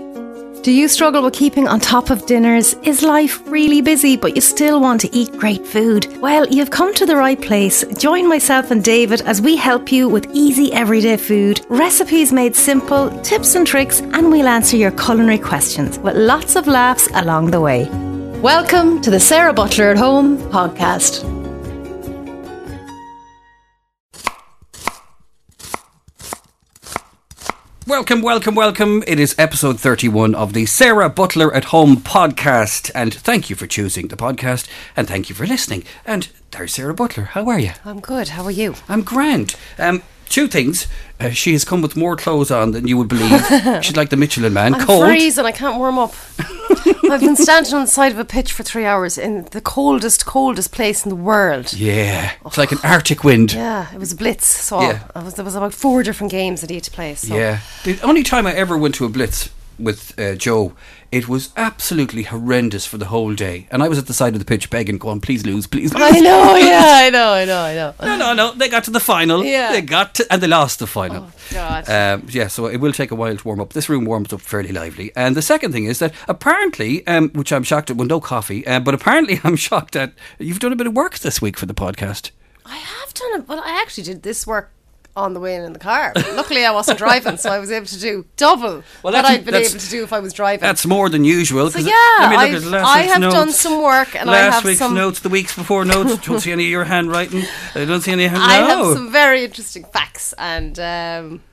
Do you struggle with keeping on top of dinners? Is life really busy, but you still want to eat great food? Well, you've come to the right place. Join myself and David as we help you with easy everyday food, recipes made simple, tips and tricks, and we'll answer your culinary questions with lots of laughs along the way. Welcome to the Sarah Butler at Home podcast. Welcome, welcome, welcome. It is episode 31 of the Sarah Butler at Home podcast. And thank you for choosing the podcast and thank you for listening. And there's Sarah Butler. How are you? I'm good. How are you? I'm grand. Um, two things. Uh, she has come with more clothes on than you would believe. She's like the Michelin man. I'm Cold. freezing. I can't warm up. I've been standing on the side of a pitch for three hours in the coldest, coldest place in the world. Yeah. It's like an Oh. Arctic wind. Yeah, it was a blitz. So Yeah. I was, there was about four different games I needed to play. So Yeah. The only time I ever went to a blitz with uh, Joe, it was absolutely horrendous for the whole day. And I was at the side of the pitch begging, go on, please lose, please lose. I know. Yeah, I know. I know. I know. No, no, no. They got to the final. Yeah. They got to, and they lost the final. Oh, God. Um, yeah, so it will take a while to warm up. This room warms up fairly lively. And the second thing is that apparently, um, which I'm shocked at, well, no coffee, um, but apparently I'm shocked at, you've done a bit of work this week for the podcast. I have done it, but I actually did this work on the way in in the car. Luckily, I wasn't driving, so I was able to do double Well, what that's- I'd been that's- able to do if I was driving. That's more than usual. So 'cause yeah, let me look I've, at last I week's have notes. done some work, and last I have week's some. notes, the weeks before notes. Don't see any of your handwriting. I don't see any. Hand- I have no. some very interesting facts and um,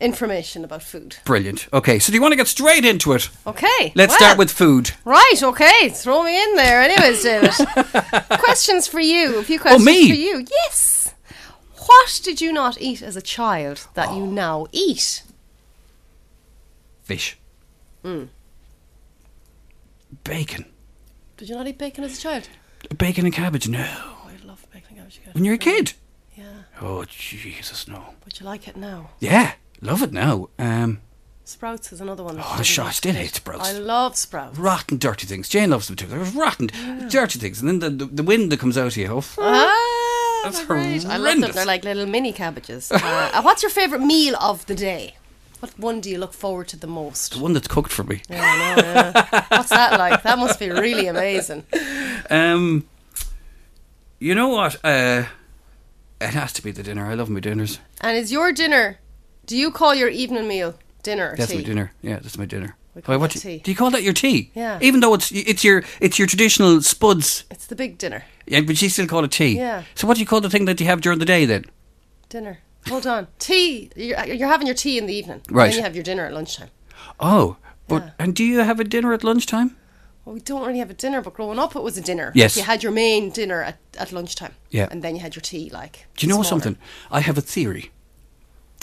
information about food. Brilliant. Okay, so do you want to get straight into it? Okay. Let's Oh, well, start with food. Right, okay. Throw me in there. Anyways, David. questions for you. A few questions me? for you. Yes. What did you not eat as a child that you now eat? Fish. Mm. Bacon. Did you not eat bacon as a child? Bacon and cabbage, no. Oh, I love bacon. I wish you could. When you're a kid. Yeah, Oh, Jesus, no. but you like it now. Yeah, love it now. Um, Sprouts is another one. that oh, didn't sure, I eat. still hate sprouts. I love sprouts. rotten, dirty things. Jane loves them too. They're rotten, dirty things. And then the, the, the wind that comes out of you. Oh, f- Ah, That's they're great. I love them. horrendous. They're like little mini cabbages. Uh, uh, what's your favourite meal of the day? What one do you look forward to the most? the one that's cooked for me. Yeah, I know, yeah. What's that like? That must be really amazing. Um, you know what? Uh, it has to be the dinner. I love my dinners. And is your dinner? Do you call your evening meal dinner or That's tea? my dinner. Yeah, that's my dinner. We call Why, what that do you- tea. Do you call that your tea? Yeah. Even though it's it's your it's your traditional spuds, It's the big dinner. yeah, but you still call it tea. Yeah. So what do you call the thing that you have during the day then? Dinner. Hold on. Tea. You're, you're having your tea in the evening. Right. And then you have your dinner at lunchtime. Oh, but and do you have a dinner at lunchtime? Well, we don't really have a dinner, but growing up, it was a dinner. Yes. You had your main dinner at, at lunchtime. Yeah. And then you had your tea, like. Do you know smaller. something? I have a theory.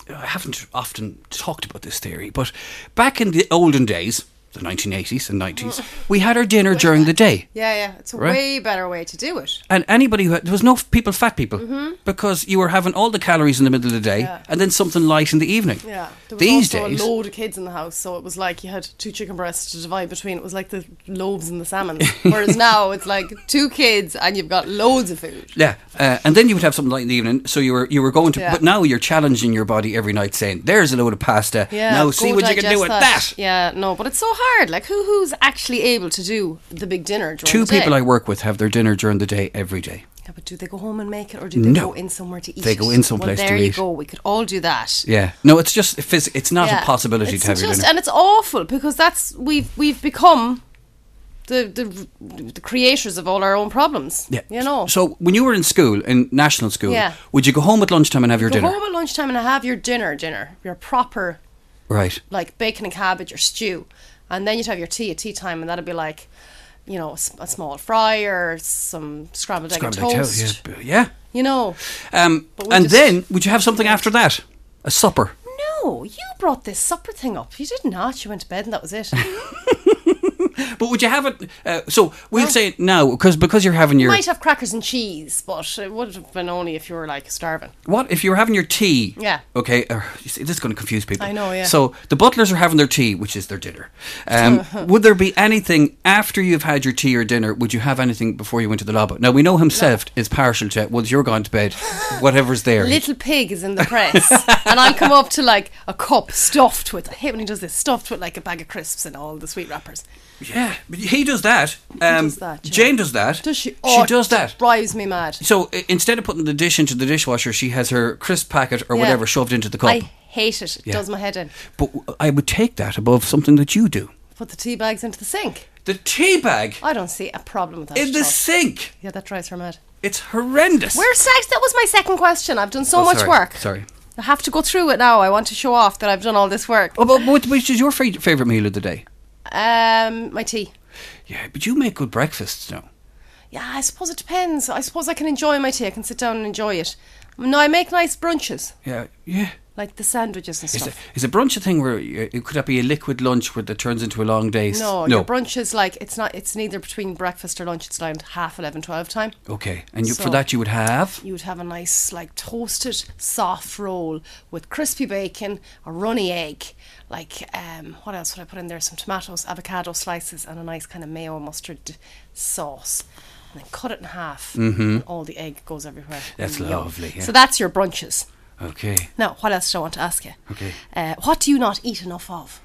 I haven't often talked about this theory, but back in the olden days, the 1980s and 90s, we had our dinner during the day. Yeah, yeah. It's a Right. way better way to do it. And anybody who had, there was no f- people, fat people, because you were having all the calories in the middle of the day Mm-hmm. Yeah. and then something light in the evening. Yeah. There was These also days, a load of kids in the house, so it was like you had two chicken breasts to divide between. It was like the loaves and the salmon. Whereas now it's like two kids and you've got loads of food. yeah, uh, and then you would have something light in the evening. So you were you were going to, Yeah. but now you're challenging your body every night, saying, "There's a load of pasta. Yeah. now go see what you can do digest with that." Yeah, no, but it's so hard. Like who who's actually able to do the big dinner during Two the day? people I work with have their dinner during the day every day. Yeah, but do they go home and make it or do they No. go in somewhere to eat? They it? go in someplace to well, there you eat. go. We could all do that. Yeah. No, it's just phys- it's not Yeah. a possibility It's to have your just- dinner. And it's awful because that's we've we've become the the, the creators of all our own problems. you know. So when you were in school, in national school, Yeah. would you go home at lunchtime and have your go dinner? home at lunchtime and have your dinner, dinner, your proper Right. like bacon and cabbage or stew, and then you'd have your tea at tea time, and that'd be like, you know, a, s- a small fry or some scrambled egg and Scrambled egg toast. toast, Yeah. b- yeah. You know. Um, But we and just- then would you have something after that? A supper. No, you brought this supper thing up. You did not. You went to bed and that was it. but would you have it? Uh, so we'll say it now because because you're having your Might have crackers and cheese, but it would have been only if you were like starving. what if you're having your tea? Yeah. Okay. Uh, you see, this is going to confuse people. I know, yeah. So the butlers are having their tea, which is their dinner. Um, would there be anything after you've had your tea or dinner? Would you have anything before you went to the lobby? Now we know himself is partial to once you're gone to bed, whatever's there. Little Pig is in the press, and I'll come up to like a cup stuffed with. I hate when he does this, stuffed with like a bag of crisps and all the sweet wrappers. Yeah, but he does that. Um, does that, yeah. Jane does that. Does she? she Oh, does that. Drives me mad. So i- instead of putting the dish into the dishwasher, she has her crisp packet or Yeah. whatever shoved into the cup. I hate it. It does my head in. But w- I would take that above something that you do. Put the tea bags into the sink. The tea bag I don't see a problem with that. in at the all. sink. yeah, that drives her mad. It's horrendous. Where's sex? That was my second question. I've done so Oh, much sorry, work. Sorry. I have to go through it now. I want to show off that I've done all this work. Oh, but what- which is your fa- favourite meal of the day? Um, my tea. Yeah, but you make good breakfasts now. Yeah, I suppose it depends. I suppose I can enjoy my tea. I can sit down and enjoy it. No, I make nice brunches, Yeah, yeah. like the sandwiches and Is it, stuff. is a brunch a thing where you, could that be a liquid lunch where that turns into a long day? s- No, no. your brunch is like it's not. It's neither between breakfast or lunch. It's around half 11, 12 time. okay, and you, for So- that you would have You would have a nice, like toasted, soft roll with crispy bacon, a runny egg, like um, what else would I put in there? Some tomatoes, avocado slices, and a nice kind of mayo mustard sauce. And then cut it in half, and all the egg goes everywhere. Mm-hmm. That's Yum. lovely, yeah. So that's your brunches. okay. Now, what else do I want to ask you? Okay. Uh, what do you not eat enough of?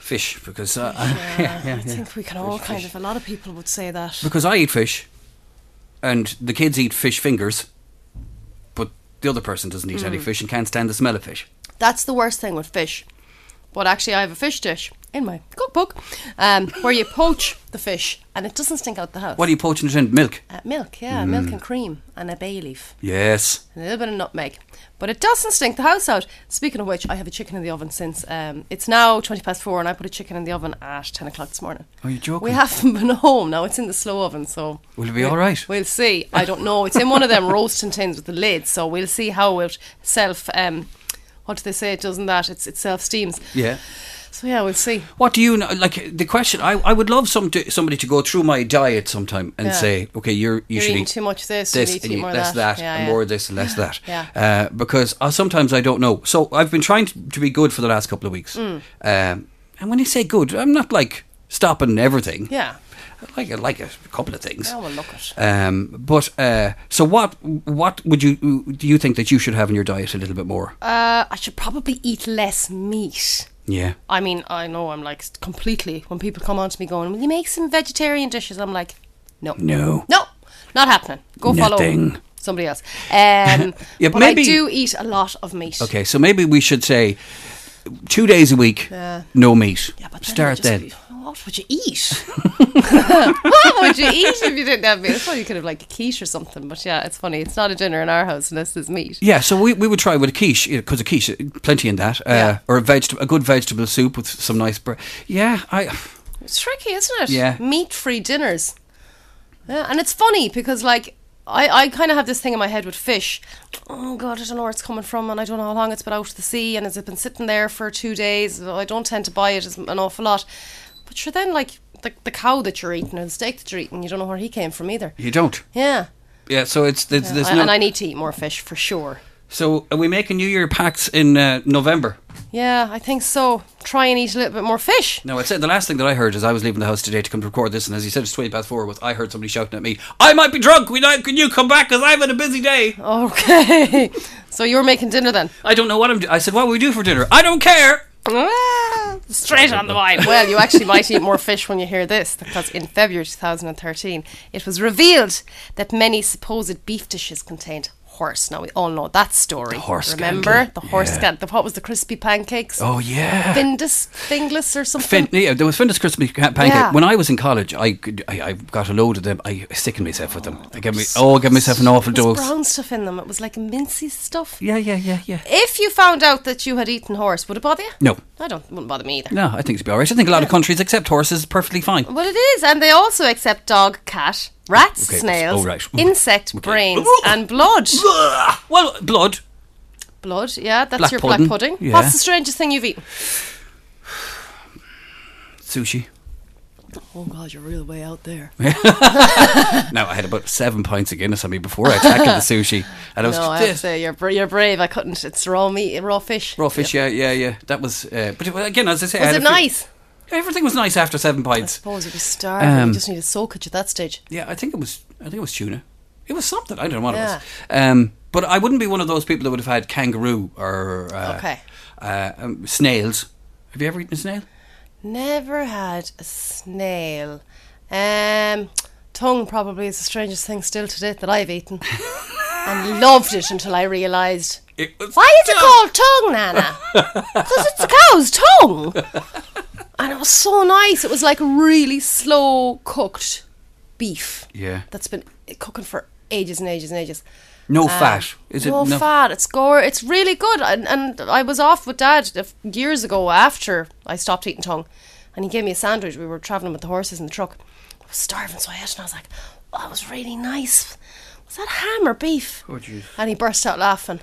Fish, because uh, I think we can all kind of, a lot of people would say that. because I eat fish, and the kids eat fish fingers, but the other person doesn't eat any fish and can't stand the smell of fish. That's the worst thing with fish. But actually, I have a fish dish in my cookbook um, where you poach the fish and it doesn't stink out the house. What are you poaching it in? Milk. Uh, milk, yeah, milk and cream and a bay leaf Yes. and a little bit of nutmeg. But it doesn't stink the house out. Speaking of which, I have a chicken in the oven since um, it's now 20 past four and I put a chicken in the oven at 10 o'clock this morning. Are you Oh, joking? We haven't been home now. It's in the slow oven, so Will it be all right? We'll see. I don't know. It's in one of them roasting tins with the lid, so we'll see how it self. Um, what do they say? It doesn't that? It's it self steams. Yeah. So yeah, we'll see. What do you know? Like the question, I, I would love some to, somebody to go through my diet sometime and Yeah. say, okay, you're, you You're should eating eat too much of this, you this need to and eat you- more of less that." that, Yeah, and yeah. more of this and less that. Yeah. Uh, because uh, sometimes I don't know. So I've been trying to, to be good for the last couple of weeks. Mm. Um, and when I say good, I'm not like stopping everything. Yeah. I like I like a couple of things. Yeah, well, look at. Um, but uh, so what? What would you do? You think that you should have in your diet a little bit more? Uh, I should probably eat less meat. yeah. I mean, I know I'm like completely. When people come on to me going, "Will you make some vegetarian dishes?" I'm like, "No, No. no, not happening. Go Nothing. follow somebody else." Um, Yeah, but maybe- I do eat a lot of meat. Okay, so maybe we should say two days a week, Yeah. no meat. Yeah, but then Start it'd then. just be, what would you eat? what would you eat if you didn't have meat? I thought you could have like a quiche or something, but yeah, it's funny. It's not a dinner in our house unless there's meat. Yeah, so we, we would try with a quiche because a quiche, plenty in that, uh, Yeah. or a vegetable, a good vegetable soup with some nice bread. Yeah, I. It's tricky, isn't it? Yeah. Meat-free dinners. Yeah, and it's funny because like I, I kind of have this thing in my head with fish. Oh God, I don't know where it's coming from, and I don't know how long it's been out to the sea, and has it been sitting there for two days? I don't tend to buy it as an awful lot, but sure, then like the, the cow that you're eating or the steak that you're eating, you don't know where he came from either. You don't. Yeah. Yeah, so it's there's, there's I- no. and I need to eat more fish for sure. so are we making New Year pacts in uh, November? Yeah, I think so. Try and eat a little bit more fish. No, I said the last thing that I heard as I was leaving the house today to come to record this, and as you said, it's twenty past four. Was I heard somebody shouting at me? I might be drunk. We like, can you come back? Because I've had a busy day. Okay. so you're making dinner then? I don't know what I'm. Do-. I said, what will we do for dinner? I don't care. Ah, Straight on the wine. Well, you actually might eat more fish when you hear this, because in February 2013, it was revealed that many supposed beef dishes contained horse. Now we all know that story. horse Remember scandal. the horse Yeah. scandal? What was the crispy pancakes? Oh yeah. Findus, fingless, Fin- or something. yeah, there was Findus Christmas ca- pancake. Yeah. When I was in college, I, could- I I got a load of them. I sickened myself with them. I gave me oh, I gave myself an awful There was dose. brown stuff in them. It was like mincy stuff. Yeah, yeah, yeah, yeah. If you found out that you had eaten horse, would it bother you? No. I don't. Wouldn't bother me either. No, I think it'd be alright. I think a lot of countries accept horses perfectly fine. Well, it is, and they also accept dog, cat, rats, Okay, snails, oh, right. insect Okay. brains, and blood. Well, blood. Blood, yeah, that's Black your pudding, black pudding. yeah. What's the strangest thing you've eaten? sushi. Oh God, you're real way out there. Now I had about seven pints of Guinness on me before I tackled the sushi, and I was no, I just have to say you're bra- you're brave. I couldn't. It's raw meat, raw fish. raw fish. Yeah, yeah, yeah. That was. Uh, but it- well, again, as I say, I Was had it a few- nice? Everything was nice after seven I pints. suppose you'd be starving. Um, you just need a soakage at that stage. Yeah, I think it was. I think it was tuna. It was something. I don't know what Yeah. it was. Um, but I wouldn't be one of those people that would have had kangaroo or uh, Okay. uh, um, snails. Have you ever eaten a snail? Never had a snail. Um, tongue probably is the strangest thing still to date that I've eaten, and loved it until I realised It was Why is it called tongue, Nana? Because it's a cow's tongue. And it was so nice. It was like really slow cooked beef. Yeah. That's been cooking for ages and ages and ages. No Um, fat. Is no it no fat? It's gore. It's really good. And, and I was off with Dad a f- years ago after I stopped eating tongue, and he gave me a sandwich. We were traveling with the horses in the truck. I was starving, so I ate, and I was like, "Oh, that was really nice. Was that ham or beef?" Oh, jeez. and he burst out laughing.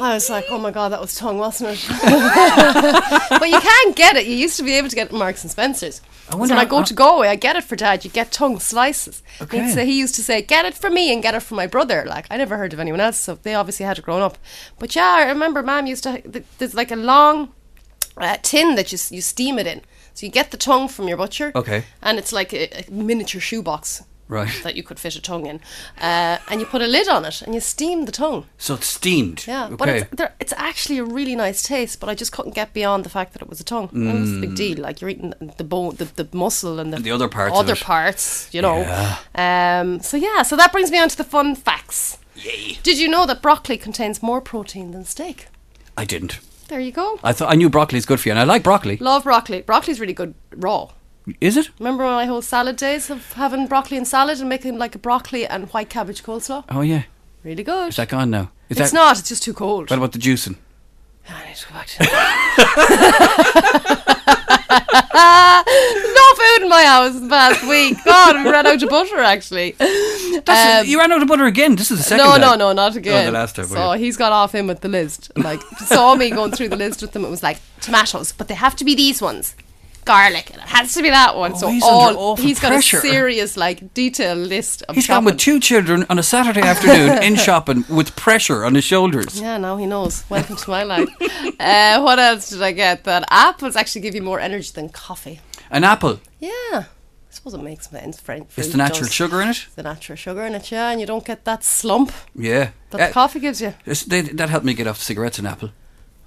I was like, "Oh my god, that was tongue, wasn't it?" but you can't get it. You used to be able to get it at Marks and Spencers. So wonder when I how- go to Galway, I get it for Dad. You get tongue slices. And he'd Okay. say- he used to say, "Get it for me and get it for my brother." Like I never heard of anyone else, so they obviously had it grown up. But yeah, I remember Mum used to. th- There's like a long uh, tin that you s- you steam it in. So you get the tongue from your butcher. Okay. And it's like a, a miniature shoebox. Right. That you could fit a tongue in, uh, and you put a lid on it, and you steam the tongue. So it's steamed. Yeah, Okay. but it's, there, it's actually a really nice taste. But I just couldn't get beyond the fact that it was a tongue. It was a big deal. Like you're eating the bone, the, the muscle, and the, Mm. The other parts of Other it. parts, you know. Um. So yeah. So that brings me on to the fun facts. Yay. Did you know that broccoli contains more protein than steak? I didn't. There you go. I thought I knew broccoli's good for you, and I like broccoli. Love broccoli. Broccoli's really good raw. Is it? Remember my whole salad days of having broccoli and salad and making like a broccoli and white cabbage coleslaw? Oh yeah. Really good. Is that gone now? Is it's that, not. It's just too cold. What about the juicing? I need to go back to No food in my house the past week. God, we ran out of butter actually. That's Um, it. you ran out of butter again. This is the second. No, time. no, no, not again. Oh, the last time. So yeah. he's got off in with the list. Like saw me going through the list with them. It was like tomatoes, but they have to be these ones. Garlic, and it has to be that one. Oh, so he's under all awful he's got pressure. a serious, like, detailed list of He's gone shopping. with two children on a Saturday afternoon in shopping with pressure on his shoulders. Yeah, now he knows. Welcome to my life. Uh, what else did I get? That apples actually give you more energy than coffee. An apple. Yeah, I suppose it makes sense. Frank, Is the natural does. sugar in it? The natural sugar in it, yeah, and you don't get that slump Yeah. that Uh, the coffee gives you. it's- they- that helped me get off cigarettes and apple.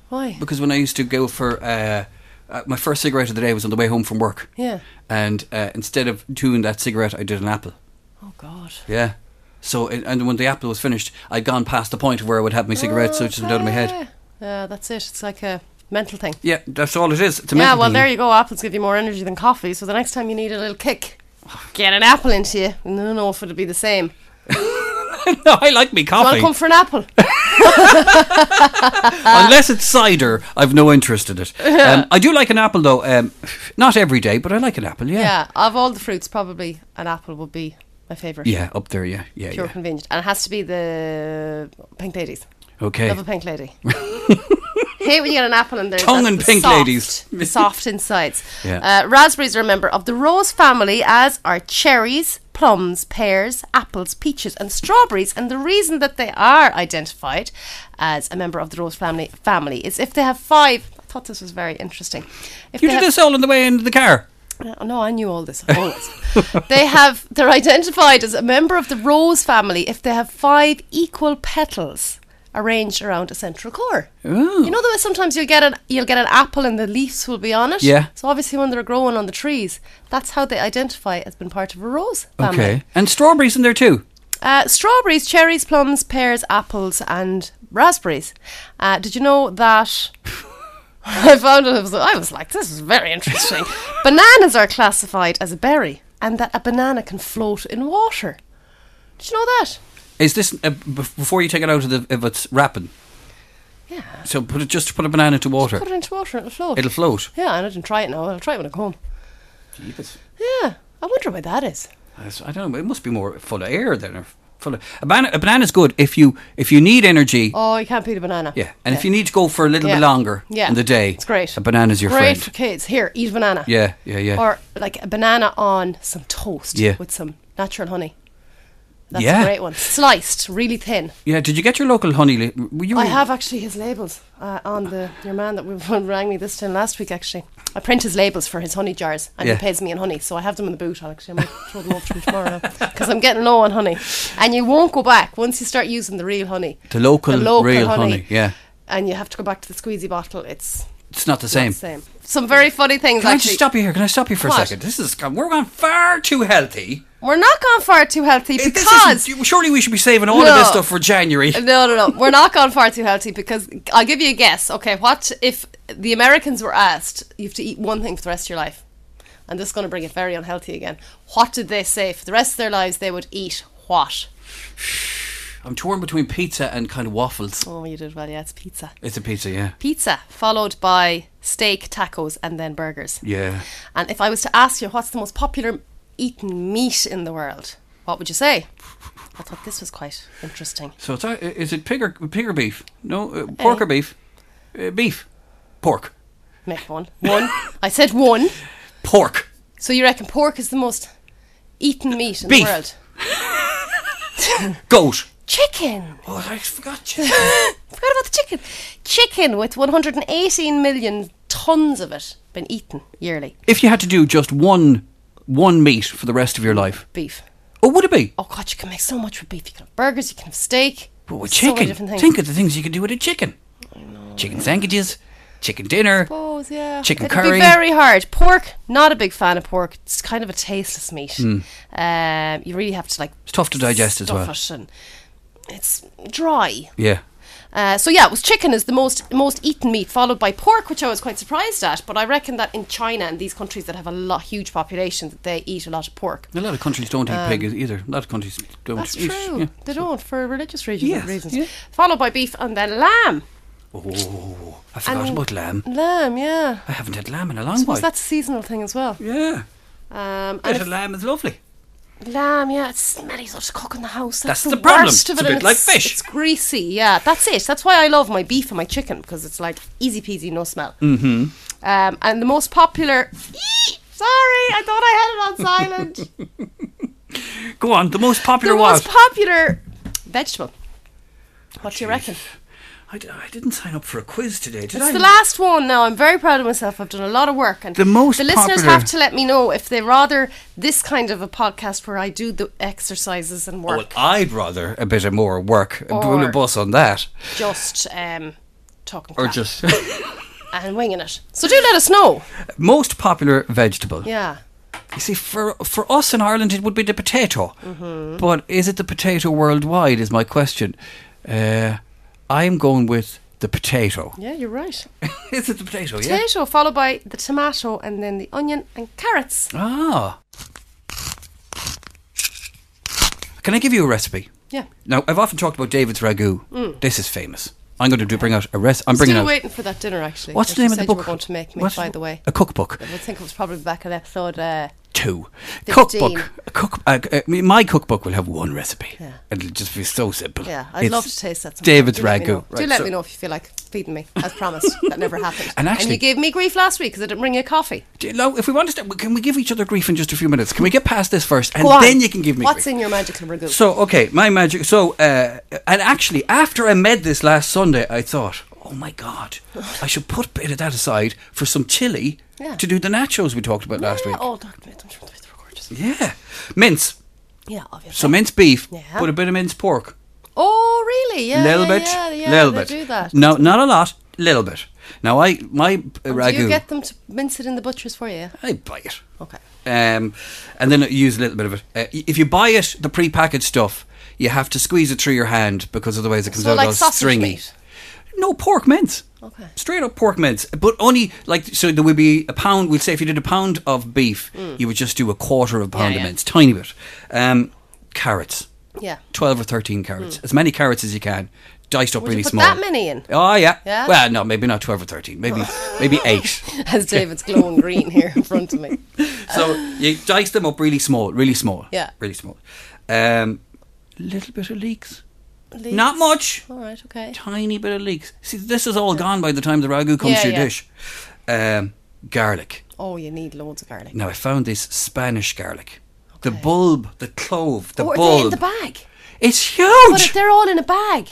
Why? Because when I used to go for uh, uh, my first cigarette of the day was on the way home from work. Yeah. And uh, instead of doing that cigarette, I did an apple. Oh God. Yeah. So and- and when the apple was finished, I'd gone past the point where I would have my cigarette, so it just went out of my head. Okay. Yeah, that's it. It's like a mental thing. Yeah, that's all it is. It's a yeah, mental well, thing. there you go. Apples give you more energy than coffee, so the next time you need a little kick, get an apple into you. And I don't know if it'll be the same. no, I like me Want coffee. to come for an apple? Ah. Unless it's cider, I've no interest in it. Um, I do like an apple though. Um, not every day, but I like an apple. Yeah. yeah, of all the fruits, probably an apple would be my favourite. Yeah, up there. Yeah, yeah, Pure yeah. convenient. And it has to be the pink ladies. Okay. Love a pink lady. Hate when you get an apple and there's Tongue that- and the pink soft- ladies. the soft insides. Yeah. Uh, raspberries are a member of the rose family, as are cherries, plums, pears, apples, peaches, and strawberries. And the reason that they are identified as a member of the rose family family is if they have five. I thought this was very interesting. If You did they have- this all on the way into the car. uh, No, I knew all this. Always. they have. They're identified as a member of the rose family if they have five equal petals arranged around a central core. You know the way sometimes you'll get an you'll get an apple and the leaves will be on it. Yeah. So obviously when they're growing on the trees, that's how they identify as being part of a rose family. Okay. And strawberries in there too. Uh, strawberries, cherries, plums, pears, apples, and raspberries. Uh, did you know that? I found it. I was, I was like, this is very interesting. Bananas are classified as a berry, and that a banana can float in water. Did you know that? Is this uh, b- before you take it out of the if it's wrapping? Yeah. So put it just put a banana into water. Put it into water and it'll float. It'll float. yeah, and I didn't try it now. I'll try it when I come home. Yeah. I wonder why that is. That's- I don't know. It must be more full of air than. full of a banana. A banana's good if you if you need energy. Oh, you can't beat a banana. Yeah, and if you need to go for a little bit Yeah. longer Yeah. in the day, It's great. A banana's your Great for friend. kids. Here, eat a banana. Yeah, yeah, yeah. Or like a banana on some toast Yeah. with some natural honey. That's Yeah. a great one. Sliced, really thin. yeah, did you get your local honey? Li- were you I have actually his labels uh, on the your man that we rang me this time last week. Actually, I print his labels for his honey jars, and Yeah. he pays me in honey, so I have them in the boot. I'll actually I might throw them up from tomorrow because I'm getting low on honey, and you won't go back once you start using the real honey, The local real honey, yeah. and you have to go back to the squeezy bottle. It's not It's not the same. the same. Some very funny things. Can I actually, just stop you here? Can I stop you for a What? second? This is we're gone far too healthy. we're not gone far too healthy It- this because isn't- surely we should be saving all of this No. stuff for January. No, no, no. We're not going far too healthy because I'll give you a guess. Okay, what if the Americans were asked, you have to eat one thing for the rest of your life? And this is going to bring it very unhealthy again. What did they say? For the rest of their lives, they would eat what? I'm torn between pizza and kind of waffles. Oh, you did well. Yeah, it's pizza. It's a pizza, yeah. Pizza, followed by steak, tacos, and then burgers. Yeah. And if I was to ask you what's the most popular eaten meat in the world, what would you say? I thought this was quite interesting. So it's, uh, is it pig or, pig or beef? No, uh, pork or beef? Uh, beef. Pork. Make one. One. I said one. Pork. So you reckon pork is the most eaten meat in Beef. the world? Goat. Chicken. Oh, I forgot you. Forgot about the chicken. Chicken with 118 million tons of it been eaten yearly. if you had to do just one one meat for the rest of your life, Beef. what would it be? Oh god, you can make so much with beef. You can have burgers. You can have steak. But with So many chicken. different things. Think of the things you can do with a chicken. Chicken sandwiches, chicken dinner. Oh yeah. Chicken It'd curry. Be very hard. Pork. Not a big fan of pork. It's kind of a tasteless meat. Um, you really have to like. Hmm. It's tough to digest as stuff well. It and it's dry. Yeah. Uh, so yeah, it was chicken is the most most eaten meat, followed by pork, which I was quite surprised at. But I reckon that in China and these countries that have a lot huge population, that they eat a lot of pork. A lot of countries don't eat pig either. A lot of countries don't Um, That's eat. true. yeah. They don't for religious reasons. Yes, reasons. yeah. Followed by beef and then lamb. Oh, I forgot about lamb. Lamb, yeah. I haven't had lamb in a long I suppose while. that's a seasonal thing as well. yeah. Um, and Bit of lamb is lovely. if- lamb, yeah, it's smelly. So just cook in the house. That's, That's the problem. worst of It's it. a and bit like fish. It's greasy. Yeah, that's it. That's why I love my beef and my chicken because it's like easy peasy, no smell. Mm-hmm. Um, and the most popular. Eee! Sorry, I thought I had it on silent. Go on, the most the popular was. most popular vegetable. What do you reckon? I, d- I didn't sign up for a quiz today, did I? It's the last one now. I'm very proud of myself. I've done a lot of work, and The most the listeners popular- have to let me know if they rather this kind of a podcast where I do the exercises and well, work, I'd rather a bit of more work. A Or- bullet bus on that. just um, talking Or crap just. and winging it. So do let us know. most popular vegetable. Yeah, You see, for for us in Ireland, it would be the potato. Mm-hmm. But is it the potato worldwide? Is my question. Uh, I am going with the potato. yeah, you're right. is it the potato? Yeah. Potato followed by the tomato, and then the onion and carrots. Ah. Can I give you a recipe? Yeah, Now, I've often talked about David's ragu. Mm. This is famous. I'm going to do bring out a recipe. I'm bringing still out. waiting for that dinner. Actually, What's that the you name of the said you book? were going to make me, What's- by the way. A cookbook. I would think it was probably back in episode. Uh, two. 15. Cookbook. a Cook, uh, uh, me- my cookbook will have one recipe. Yeah. It'll just be so simple. Yeah, I'd It's love to taste that. sometime. David's Do let me ragu. know. Do Right, let so- me know if you feel like feeding me, as promised. that never happened. And actually- you gave me grief last week because I didn't bring you a coffee. Do you know, if we want to, st- can we give each other grief in just a few minutes? Can we get past this first, and Go on. then you can give me What's grief? in your magical ragu? So okay, my magic. So uh, and actually, after I made this last Sunday, I thought, oh my god, I should put a bit of that aside for some chili Yeah. to do the nachos we talked about last Yeah, week. Oh, dark meat. I'm sure they're gorgeous. Yeah, mince. Yeah, obviously. So mince beef, Yeah. put a bit of mince pork. oh, really? Yeah, little yeah, bit, Yeah, yeah, little they bit. do that. Oh, No, not a lot, little bit. Now I my uh, Do ragu, you get them to mince it in the butchers for you? I buy it, Okay. um, and then use a little bit of it. Uh, y- if you buy it, the pre-packaged stuff, you have to squeeze it through your hand because otherwise it comes So out like all sausage stringy. meat? No pork mince. Okay. Straight up pork mince, but only like so. There would be a pound. We'd say if you did a pound of beef, you would just do a quarter of a pound of Mm. yeah. mince, tiny bit. Um, carrots. Yeah. Mm. 12 or 13 carrots. As many carrots as you can, diced up Would you really put small. that many in? Oh, yeah. Yeah? Well, no, maybe not 12 or 13. Maybe maybe 8. As David's glowing green here in front of me. So you dice them up really small, really small. Yeah. Really small. Um, little bit of leeks. Leeks? Not much. All right, okay. Tiny bit of leeks. See, this is all gone by the time the ragu comes Yeah, to your yeah. dish. Um, garlic. Oh, you need loads of garlic. Now I found this Spanish garlic. The Okay. bulb, the clove, the oh, are they in bulb. the bag? it's But huge. if they're all in a bag.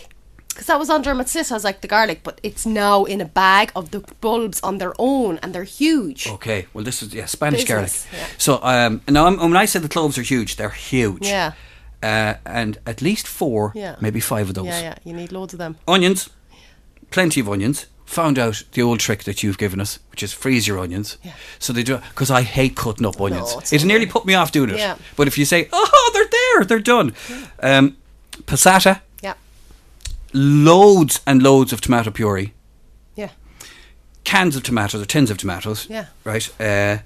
Because that was under Matsis, I was like, the garlic, but it's now in a bag of the bulbs on their own, and they're huge. Okay, well this is yeah Spanish Business, garlic. yeah. So um, now I'm, when I say the cloves are huge, they're huge. Yeah. Uh, and at least four, Yeah. maybe five of those. Yeah, yeah, you need loads of them. Onions, plenty of onions. Found out the old trick that you've given us, which is freeze your onions. Yeah. Oh, So they do because I hate cutting up onions. it's it so nearly put me off doing it. Yeah. But if you say, "Oh, they're there, they're done," um, passata, Yeah, loads and loads of tomato puree, yeah, cans of tomatoes or tins of tomatoes. Yeah. Right. A uh,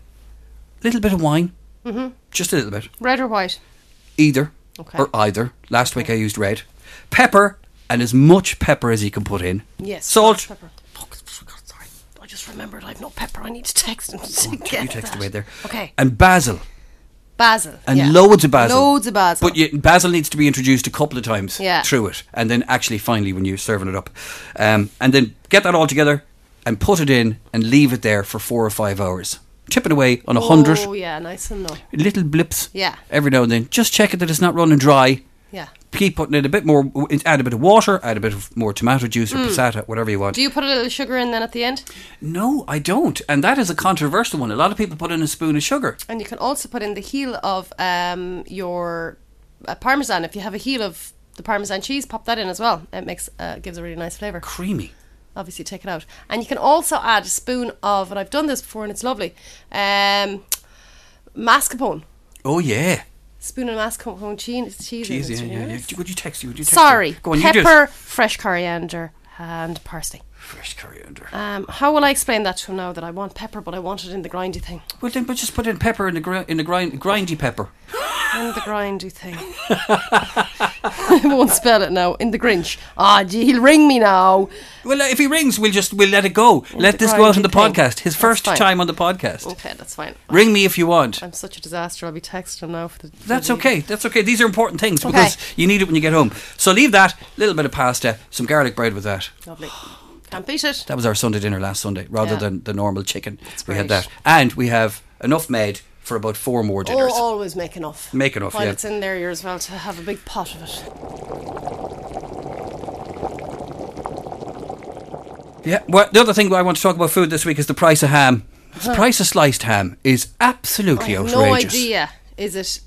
little bit of wine. Mm-hmm. Just a little bit. red or white. Either. Okay. Or either. Last week I used red. Pepper and as much pepper as you can put in. Yes. Salt. Pepper. Fuck, oh, for God's sorry. I just remembered I've no pepper. I need to text him to get Oh, You text that. away there. Okay. And basil. basil. And yeah. loads of basil. Loads of basil. But you, basil needs to be introduced a couple of times Yeah. through it. And then actually finally when you're serving it up. Um, and then get that all together and put it in and leave it there for four or five hours. Tip it away on a hundred. Oh, yeah, nice and low. little blips. Yeah. Every now and then, just check it that it's not running dry. Yeah. Keep putting in a bit more. Add a bit of water. Add a bit of more tomato juice or passata, whatever you want. Mm. Do you put a little sugar in then at the end? no, I don't. And that is a controversial one. A lot of people put in a spoon of sugar. And you can also put in the heel of um, your uh, parmesan. If you have a heel of the parmesan cheese, pop that in as well. It makes uh, gives a really nice flavor. Creamy. Obviously, take it out, and you can also add a spoon of. And I've done this before, and it's lovely. Um, mascarpone, Oh yeah. spoon of mascarpone cheese. cheese in, Cheese. it's Yeah, really yeah, yeah. nice. Would you text you? Would you text Sorry, You? Go on. You do pepper, it. fresh coriander, and parsley. Fresh coriander. Um, how will I explain that to him now that I want pepper, but I want it in the grindy thing? Well then, but just put in pepper in the gri- in the grind grindy pepper. In the grindy thing. I won't spell it now. In the Grinch. Ah, gee, he'll ring me now. Well, uh, if he rings, we'll just we'll let it go. let the this go out on the grindy thing. podcast. His That's first fine. Oh. time on the podcast. Okay, that's fine. Ring me if you want. I'm such a disaster. I'll be texting him now for the. for That's the- okay. That's okay. These are important things Okay. because you need it when you get home. So leave that little bit of pasta, some garlic bread with that. Lovely. Can't beat it. That was our Sunday dinner last Sunday, rather Yeah. than the normal chicken. we had great. that, and we have enough made for about four more dinners. Oh, always make enough. Make enough, While yeah. it's in there, you're as well to have a big pot of it. Yeah. Well, the other thing I want to talk about food this week is the price of ham. The price of sliced ham is absolutely I have no outrageous. idea. Is it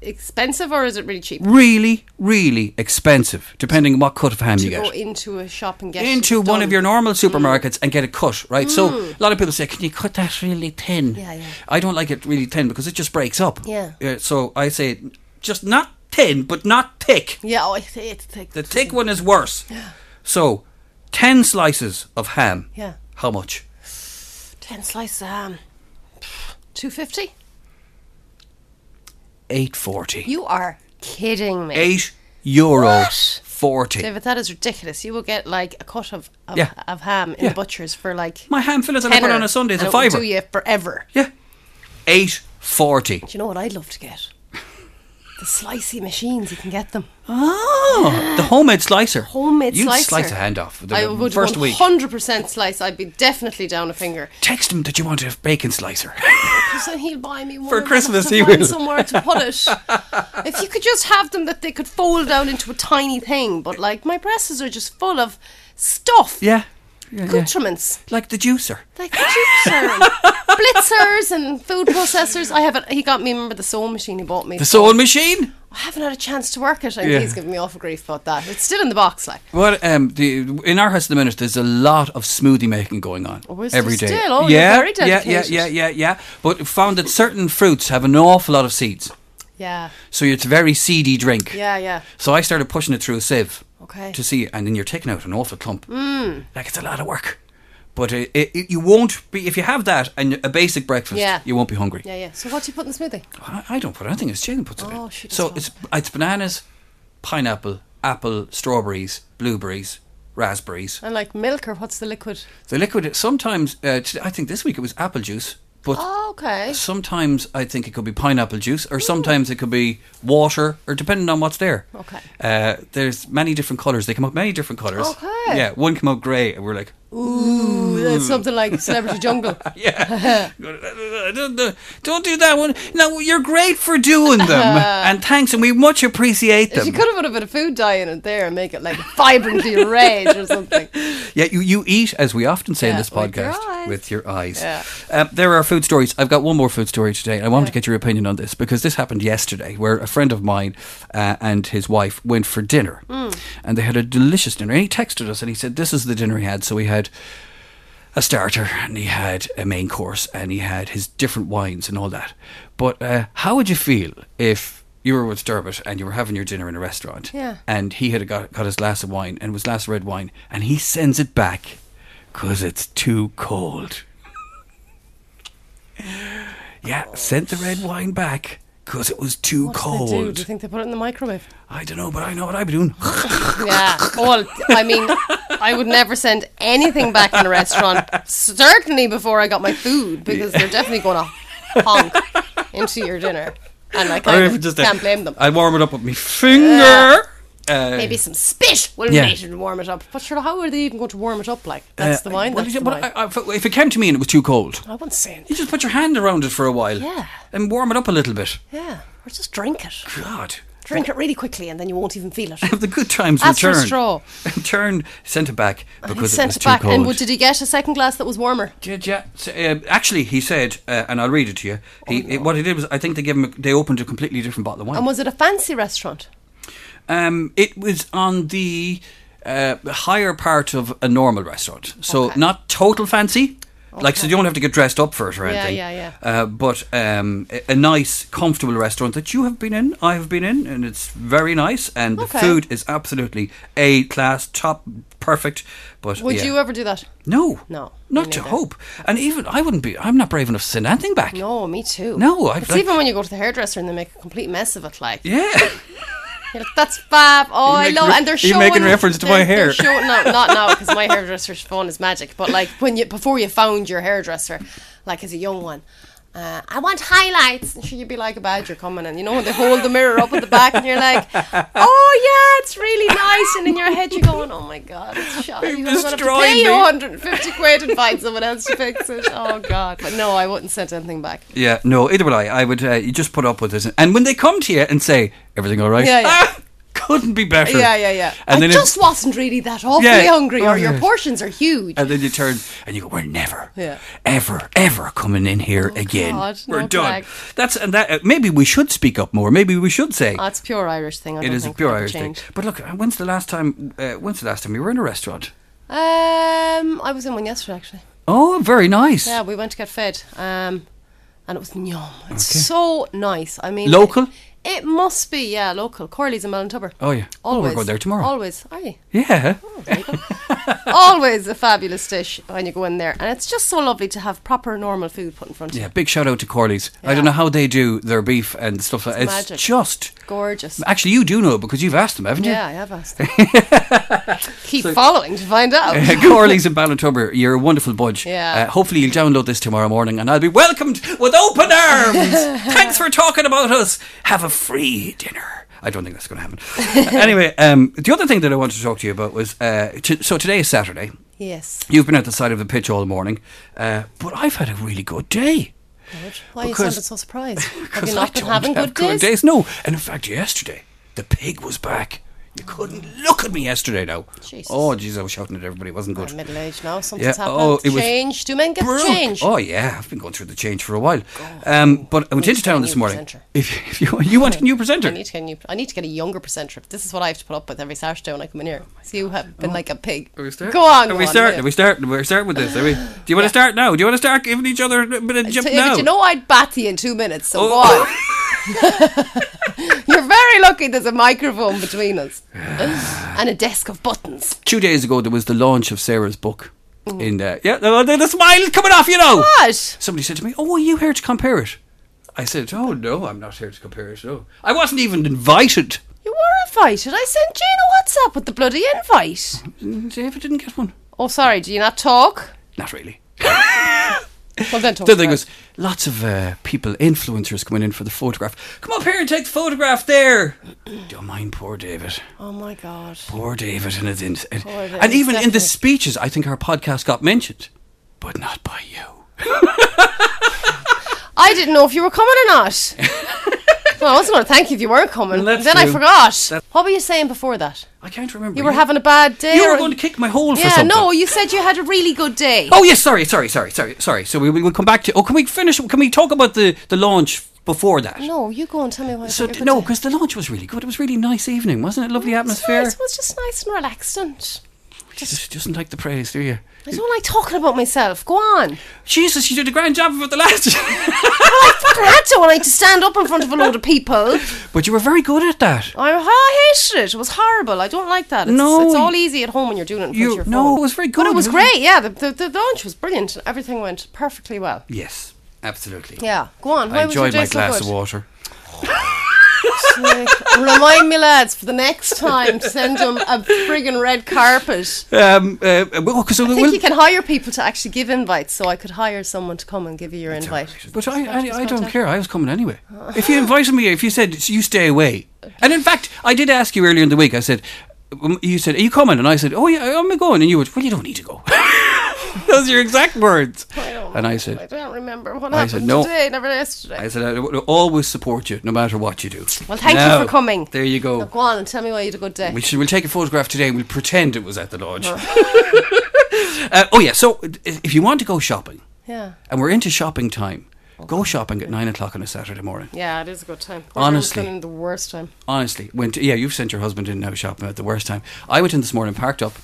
expensive or is it really cheap? Really, really expensive, depending on what cut of ham you get. Go into a shop and get into it one of done. Mm-hmm. Mm. your normal supermarkets and get it cut, right? So a lot of people say, "Can you cut that really thin?" Yeah, yeah. I don't like it really thin because it just breaks up. Uh, Yeah. so I say, just not thin, but not thick. Yeah, oh, it's, it's thick. The thick one is worse. So, ten slices of ham. Yeah. How much? Ten slices of ham. Two fifty. Eight forty. You are kidding me. Eight euro What? forty. David, that is ridiculous. You will get like a cut of of, Yeah. of ham in Yeah. the butchers for like My ham fillet that I put tenner, on a Sunday is and a it will fiver. Do you forever? Yeah. Eight forty. Do you know what I'd love to get? The slicey machines. You can get them. Oh, the homemade slicer. Ah. Homemade You'd slicer. slice a hand off. The I would first week. hundred percent slice. I'd be definitely down a finger. text him that you want a bacon slicer. So he'll buy me one For and I'll Christmas, have to he find will. somewhere to put it. if you could just have them that they could fold down into a tiny thing, but like my presses are just full of stuff. yeah. Accoutrements. Like the juicer. Like the juicer, and blitzers, and food processors. I haven't. He got me. Remember the sewing machine he bought me. The sewing machine? I haven't had a chance to work it. I Yeah. think he's giving me awful grief about that. It's still in the box, like. Well, um, the, in our house at the minute, there's a lot of smoothie making going on Oh, is there every day. still? Oh, you're yeah, very yeah, dedicated. yeah, yeah, yeah, yeah. But found that certain fruits have an awful lot of seeds, Yeah. so it's a very seedy drink. Yeah. Yeah. So I started pushing it through a sieve. Okay. To see, and then you're taking out an awful clump. Mm. Like it's a lot of work, but it, it, it- you won't be if you have that and a basic breakfast. Yeah. You won't be hungry. Yeah. Yeah. So what do you put in the smoothie? I I don't put it. I think it's Jane puts it Oh, in. she does so well. it's it's bananas, pineapple, apple, strawberries, blueberries, raspberries. And like milk or what's the liquid? The liquid sometimes uh, t- I think this week it was apple juice, But Oh, okay. Mm. sometimes I think it could be pineapple juice, or sometimes it could be water, or depending on what's there. Okay. Uh, there's many different colours. They come out many different colours. Okay. Yeah, one came out grey, and we're like, Ooh, that's something like Celebrity Jungle. yeah, don't don't do that one. No, you're great for doing them, and thanks, and we much appreciate them. She could have put a bit of food dye in it there and make it like vibrantly red or something. Yeah, you, you eat, as we often say in Yeah, this with your podcast, eyes. with your eyes. Yeah. Um, there are food stories. I've got one more food story today, and I wanted to get your opinion on this because this happened yesterday where a friend of mine uh, and his wife went for dinner. Mm. And they had a delicious dinner. And he texted us and he said, This is the dinner he had. So he had a starter and he had a main course and he had his different wines and all that. But uh, how would you feel if you were with Durbet and you were having your dinner in a restaurant Yeah. and he had got, got his glass of wine and it was glass of red wine and he sends it back because it's too cold? yeah, Oh, sent the red wine back because it was too They do. Do you cold. think they put it in the microwave? I don't know, but I know what I'd be doing. Yeah. All. I mean, I would never send anything back in a restaurant. Certainly before I got my food, because they're definitely going to honk into your dinner, and I Or kind if of it's just a- uh, can't blame them. I'd warm it up with my finger. Uh, Maybe some spit will Yeah. make it warm it up. But sure, how are they even going to warm it up? Like that's Uh, the wine. well, That's you- the but wine. I, I- I- if it- if it came to me and it was too cold, wouldn't say anything. you just put your hand around it for a while. Yeah. And warm it up a little bit. Yeah, or just drink it. God. Drink it really quickly, and then you won't even feel it. The good times Ask for a returned. straw. Returned, sent it back He because it sent was it too back, cold. and what, did he get a second glass that was warmer? Did ya? So, uh, actually, he said, uh, and I'll read it to you. He, it- what he did was, I think they gave him, a, they opened a completely different bottle of wine. Oh, And was it a fancy restaurant? Um, it was on the uh, higher part of a normal restaurant, so Okay. not total fancy. Like, so you don't have to get dressed up for it or Yeah, anything. yeah, yeah. Uh, but um, a, a nice, comfortable restaurant that you have been in, I have been in, and it's very nice. And Okay. the food is absolutely A class, top, perfect. But Would yeah. you ever do that? No. No, me Not to neither. hope. And even, I wouldn't be, I'm not brave enough to send anything back. No, Oh, me too. No, I'd it's like- even when you go to the hairdresser and they make a complete mess of it. Like, Yeah. you're like, that's fab. Oh, I make love. re- and they're you showing. making reference to they're- my hair. they're Showing, no, not now because my hairdresser's phone is magic. But like when you before you found your hairdresser, like as a young one. Uh, I want highlights. And she'd be like a badger coming, and you know when they hold the mirror up at the back, and you're like, "Oh yeah, it's really nice." And in your head, you're going, "Oh my god, it's shot. You've You're going to have to destroyed pay you me." 150 quid and find someone else to fix it." Oh god, but no, I wouldn't send anything back. Yeah, no, either would I. I would uh, you just put up with it. And when they come to you and say, everything all right? Yeah, yeah. Ah, couldn't be better. Yeah, yeah, yeah. And I then, just it, wasn't really that awfully Yeah. Oh, hungry, or your Yeah. portions are huge. and then you turn and you go, we're never, Yeah. Oh, ever, ever coming in here again. God, we're no done. brag. That's and that. Uh, maybe we should speak up more. Maybe we should say. That's Oh, pure Irish thing. I it don't is a think pure people Irish change. thing. But look, uh, when's the last time? Uh, when's the last time you were in a restaurant? Um, I was in one yesterday actually. Oh, very nice. Yeah, we went to get fed. Um, and it was yum. It's so nice. I mean, Local? It, it must be yeah, local. Corley's in Mellantubber. Oh, yeah. Oh, we're always going there tomorrow. Always, are you? Yeah. always a fabulous dish when you go in there, and it's just so lovely to have proper normal food put in front of you. Yeah, Big shout out to Corley's. I don't Yeah. know how they do their beef and stuff. like It's magic. just. Gorgeous. Actually, you do know because you've asked them, haven't you? Yeah, I have asked. them. Keep following to find out. Corley's and Ballintubber, you're a wonderful bunch. Yeah. Uh, hopefully, you'll download this tomorrow morning and I'll be welcomed with open arms. Thanks for talking about us. Have a free dinner. I don't think that's going to happen. Uh, anyway, um, the other thing that I wanted to talk to you about was uh, t- so today is Saturday. Yes. You've been at the side of the pitch all morning, uh, but I've had a really good day. Why are you Because- sounding so surprised? Have Because you I not been don't having have good days? No, and in fact, yesterday the pig was back. You couldn't look at me yesterday now. Jesus. Oh, jeez, I was shouting at everybody. It wasn't good. I'm middle aged now. Something's Yeah, happened. oh, it was change. Do men get Brute. change? Oh yeah, I've been going through the change for a while. Um, but I went need into to get a town new this morning. presenter. If, if you you want a new I presenter, need to get a new. I need to get a younger presenter. This is what I have to put up with every Saturday when I come in here. So you have been like a pig. Oh Are we starting? Go on. Are go we on, starting? yeah. Are we starting? We're starting with this. Are we? Do you want to start now? Do you want to start giving each other a bit of jump Uh, T- now? You know I'd bat you in two minutes. So Oh. go on. You're very lucky. There's a microphone between us and a desk of buttons. Two days ago, there was the launch of Sarah's book. Mm-hmm. In there, yeah, the, the, the smile coming off, you know. Ah! What? Somebody said to me, "Oh, are you here to compare it?" I said, "Oh no, I'm not here to compare it. No, I wasn't even invited. You were invited. I sent Gina WhatsApp with the bloody invite. David didn't get one. Oh, sorry. Do you not talk? Not really. Well, then talk the other thing about was lots of uh, people, influencers, coming in for the photograph. Come up here and take the photograph there. Don't mind poor David. Oh my god. Poor David and his ins- and, David, and even in the definitely. speeches, I think our podcast got mentioned, but not by you. I didn't know if you were coming or not. well, I wasn't going to thank you if you weren't coming. Well, that's then I true. forgot. What were you saying before that? I can't remember. You were having a bad day. You were or- going to kick my hole for Yeah, something. no, you said you had a really good day. Oh yes, sorry, sorry, sorry, sorry, sorry. So we we will come back to. Oh, can we finish? Can we talk about the the launch before that? No, you go and tell me why. So d- no, because the launch was really good. It was really nice evening, wasn't it? Lovely atmosphere. It was, just nice and relaxant. Just doesn't like the praise, do you? I don't like talking about myself. Go on. Jesus, you did a grand job about the last. I had to when I had to stand up in front of a load of people. but you were very good at that. I, I hated it. It was horrible. I don't like that. It's, No, it's all you- easy at home when you're doing it in front you- of your no, phone. it was very But good, it was wasn't it? great. Yeah, the, the, the launch was brilliant. and Everything went perfectly well. Yes, absolutely. Yeah, go on. Why I was your enjoyed day my so glass good? of water. Remind me, lads, for the next time, to send them a friggin' red carpet. Um, uh, well, because I think you can hire people to actually give invites, so I could hire someone to come and give you your invite. But I, Just I, I don't contact. care. I was coming anyway. If you invited me, if you said you stay away, and in fact, I did ask you earlier in the week. I said, um, you said, are you coming? And I said, oh yeah, I'm going. And you went, well, you don't need to go. Those are your exact words. don't and I know. said, I don't remember what I happened said, "No." today, never yesterday. I said, I will always support you, no matter what you do. Well, thank you Now, for coming. There you go. Now, go on and tell me why you had a good day. We should, we'll take a photograph today and we'll pretend it was at the lodge. uh, oh yeah. So i- if you want to go shopping, yeah, Oh, and we're into shopping time, go shopping at nine o'clock on a Saturday morning. yeah, it is a good time. Honestly. Everyone's been in the worst time. Honestly, went. yeah, you've sent your husband in now shopping at the worst time. I went in this morning, parked up.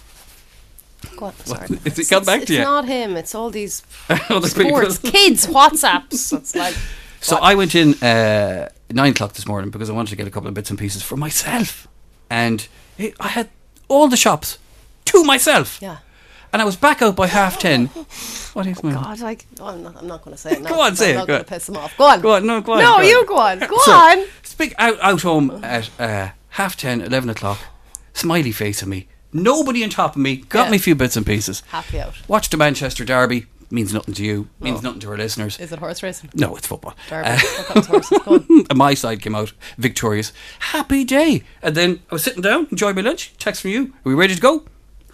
Go on, sorry. It's- it's come back it's to you. not him. It's all these All the people. sports kids WhatsApps. It's like So I went in uh, nine o'clock this morning because I wanted to get a couple of bits and pieces for myself, and it, I had all the shops to myself. Yeah. And I was back out by half ten. What is my? God, like oh, I'm not, I'm not going to say it. Now, Go on, say I'm it, go not going on. to piss him off. Go on. Go on, no, go on. No, you go on. Go So, on. Speak out, out home at uh, half 10, 11 o'clock. Smiley face on me. Nobody on top of me. Got Yeah. me a few bits and pieces. Happy out. Watched the Manchester Derby. Means nothing to you. Means nothing to our listeners. Is it horse racing? no, it's football. Derby. Uh, I thought it was horses. Go on. and my side came out victorious. Happy day. And then I was sitting down, enjoying my lunch. Text from you. Are we ready to go?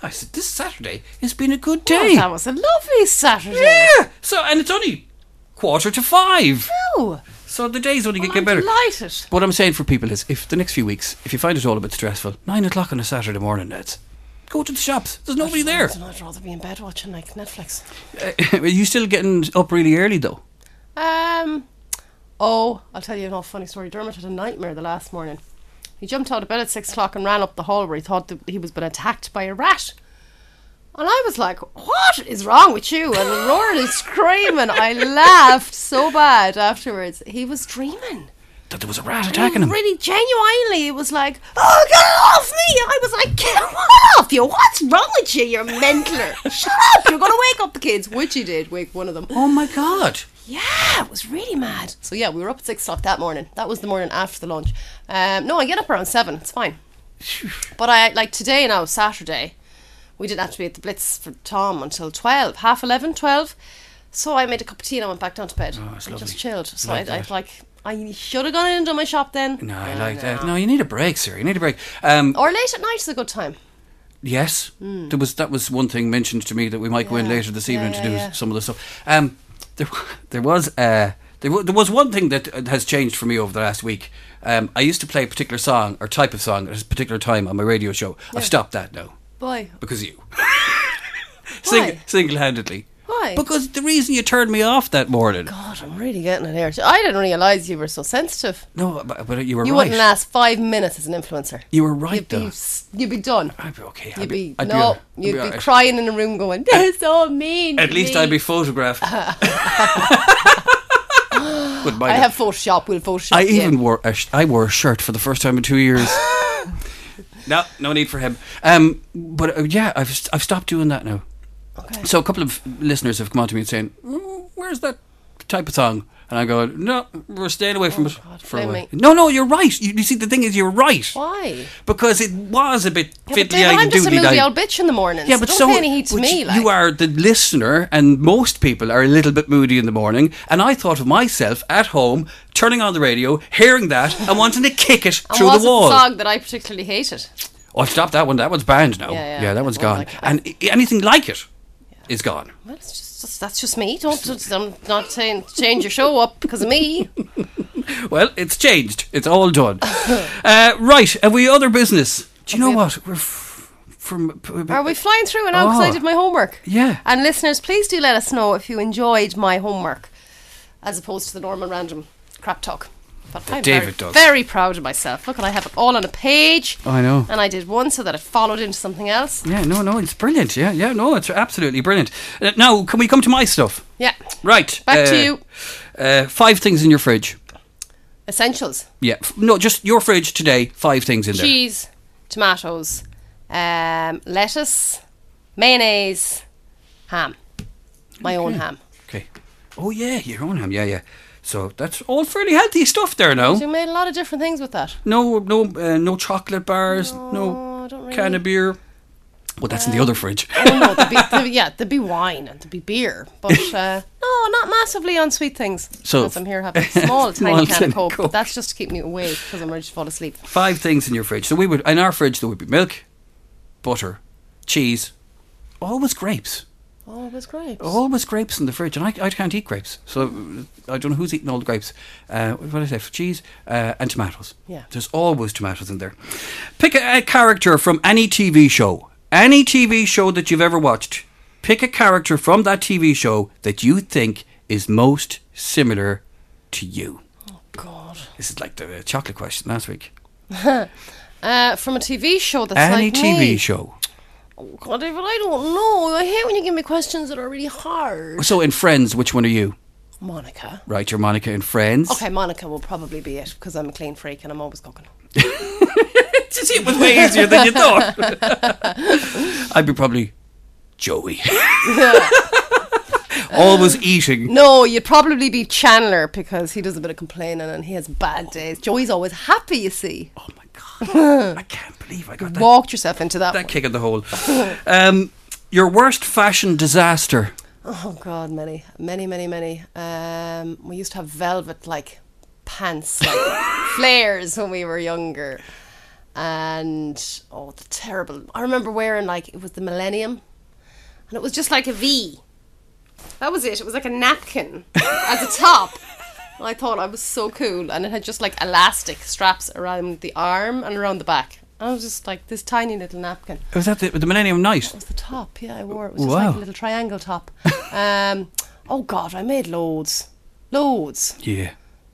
I said, this Saturday has been a good Oh, day. that was a lovely Saturday. yeah. So, and it's only quarter to five. Oh, So the days only well, get I'm better. delighted. What I'm saying for people is, if the next few weeks, if you find it all a bit stressful, nine o'clock on a Saturday morning, lads, go to the shops. There's nobody there. I'd rather be in bed watching like Netflix. Are you still getting up really early though? Um, oh, I'll tell you an awful funny story. Dermot had a nightmare the last morning. He jumped out of bed at six o'clock and ran up the hall where he thought that he was been attacked by a rat. And I was like, "What is wrong with you?" And roaring and screaming. I laughed so bad afterwards. He was dreaming. That there was a rat attacking him. Really genuinely, it was like, oh, get it off me! I was like, get it off you! What's wrong with you? You're mentaler. Shut up! You're gonna wake up the kids, which he did. Wake one of them. Oh my god! Yeah, it was really mad. So yeah, we were up at six o'clock that morning. That was the morning after the lunch. Um, no, I get up around seven. It's fine. But I like today now Saturday. We didn't have to be at the Blitz for Tom until twelve, half 11, 12. So I made a cup of tea and I went back down to bed. Oh, it's I lovely. just chilled. So Like I, I that. like I should have gone in and done my shop then. No, I like that. No, you need a break, sir. You need a break. Um, Or late at night is a good time. yes, there was that was one thing mentioned to me that we might go in Hmm. Yeah. later this evening Yeah, to do yeah, yeah. some of the stuff. Um, there, wa- there was uh, there, wa- there was one thing that uh, has changed for me over the last week. Um, I used to play a particular song or type of song at a particular time on my radio show. I've stopped that now. Boy, Because of you. Sing- Why? Single handedly. Why? Because the reason you turned me off that morning. God, I'm really getting it here. I didn't realise you were so sensitive. No, but, but you were You right. wouldn't last five minutes as an influencer. You were right, You'd be, though. s- you'd be done. I'd be okay. I'd You'd be, I'd no, I'd you'd be, all right. crying in a room going, "They're so mean." At to least me." I'd be photographed. Wouldn't mind I it. have Photoshop. We'll Photoshop. I you. even wore a sh- I wore a shirt for the first time in two years. no, no need for him. Um, but uh, yeah, I've st- I've stopped doing that now. Okay. So a couple of listeners have come on to me and saying, "Mm, "Where's that type of song?" And I'm going, no, we're staying away from it Oh, God, for a blame while. me. No, no, you're right. You, you see, the thing is, you're right. Why? Because it was a bit Yeah, but fiddly David, eyed I'm and just a doodly moody eyed. old bitch in the morning. Yeah, so but don't so pay any heed to but me. you- like. you are the listener, and most people are a little bit moody in the morning. And I thought of myself at home turning on the radio, hearing that, and wanting to kick it and through was the wall. It the song that I particularly hated. Oh, stop that one. That one's banned now. Yeah, yeah. that one's That one, gone. like- and i- anything like it is gone. Well, it's just, just- that's just me. Don't just- I'm not saying change your show up because of me. Well, it's changed. It's all done. uh, right. Have we other business? Do you know what? We're f- from. Are we flying through it now because I Oh. did my homework? Yeah. And listeners, please do let us know if you enjoyed my homework as opposed to the normal random crap talk. But I'm very, David does. very proud of myself. Look, and I have it all on a page. I know. And I did one so that it followed into something else. Yeah, no, no, it's brilliant. Yeah, yeah, no, it's absolutely brilliant. Uh, now, can we come to my stuff? Yeah. Right. Back to uh, you. Uh, five things in your fridge. Essentials. Yeah. f- No, just your fridge today. Five things in there. cheese, tomatoes, um, lettuce, mayonnaise, ham. My own ham. Okay. Oh yeah, your own ham. Yeah, yeah. So that's all fairly healthy stuff there now. So we made a lot of different things with that. No, no, uh, no chocolate bars. No, No, I don't really- can of beer. Well, that's in the other fridge. Oh no, there'd be, there'd be- yeah, there'd be wine and there'd be beer, but uh, no, not massively on sweet things. So- Because I'm here having a small, Small tiny can tin of of coke, Coke. but that's just to keep me awake because I'm ready to fall asleep. Five things in your fridge. So we would in our fridge there would be milk, butter, cheese, always grapes. Oh, it was great. Always grapes in the fridge, and I, I can't eat grapes, so uh, I don't know who's eating all the grapes. Uh, what did I say? For cheese uh, and tomatoes. Yeah. there's always tomatoes in there. Pick a, a character from any TV show, any TV show that you've ever watched. Pick a character from that TV show that you think is most similar to you. God. This is like the uh, chocolate question last week. Uh, from a TV show that's any like TV me. show. Oh, God, David, I don't know. I hate when you give me questions that are really hard. So in Friends, which one are you? Monica. Right, you're Monica in Friends. Okay, Monica will probably be it because I'm a clean freak and I'm always cooking. You see, it was way easier than you thought. I'd be probably Joey. Always eating. No, you'd probably be Chandler because he does a bit of complaining and he has bad days. Joey's always happy, you see. Oh my god! I can't believe I got that, Walked yourself into that. that one. kick in the hole. Um, your worst fashion disaster. Oh God, many, many, many, many. Um, we used to have velvet like pants, like flares when we were younger, and oh, the terrible. I remember wearing like it was the millennium, and it was just like a V. That was it. It was like a napkin as a top. And I thought I was so cool, and it had just like elastic straps around the arm and around the back. I was just like this tiny little napkin Was that the, the Millennium Night? was the top. Yeah, I wore it. It was just like Wow. a little triangle top. Um, oh God, I made loads, loads. Yeah.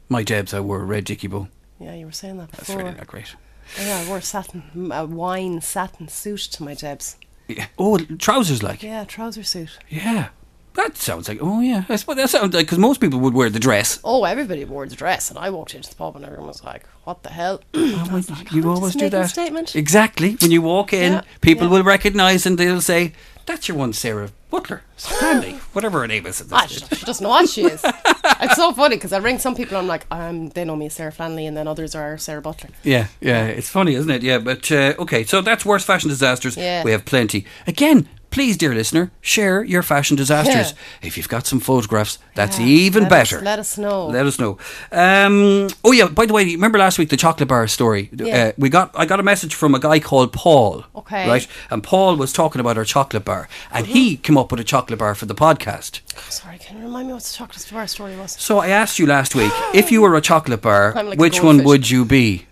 My Debs, I wore a red dicky bow. Yeah, you were saying that That's before. really not great. yeah, I wore a satin, m- a wine satin suit to my Debs. Yeah. Oh, trousers like. Yeah, trouser suit. Yeah. That sounds like. Oh yeah. I suppose that sounds like because most people would wear the dress. Oh, everybody wore the dress, and I walked into the pub, and everyone was like, "What the hell?" Oh, well, you I'm always just do making a that. statement. Exactly. When you walk in, Yeah, people yeah. will recognise and they'll say, "That's your one, Sarah Butler, Stanley, whatever her name is." At this Ah, stage." she, she doesn't know what she is. it's so funny because I ring some people, I'm like, um, they know me as Sarah Flanley, and then others are Sarah Butler. Yeah, yeah. It's funny, isn't it? Yeah, but uh, okay. So that's worst fashion disasters. Yeah. We have plenty. Again. Please, dear listener, share your fashion disasters. If you've got some photographs, that's Yeah, even let us- better. let us know. Let us know. Um, oh yeah. By the way, remember last week the chocolate bar story? Yeah. Uh, we got I got a message from a guy called Paul. Okay. Mm-hmm. Right. And Paul was talking about our chocolate bar, and he came up with a chocolate bar for the podcast. Sorry, can you remind me what the chocolate bar story was? So I asked you last week if you were a chocolate bar, I'm like a which one goldfish. would you be?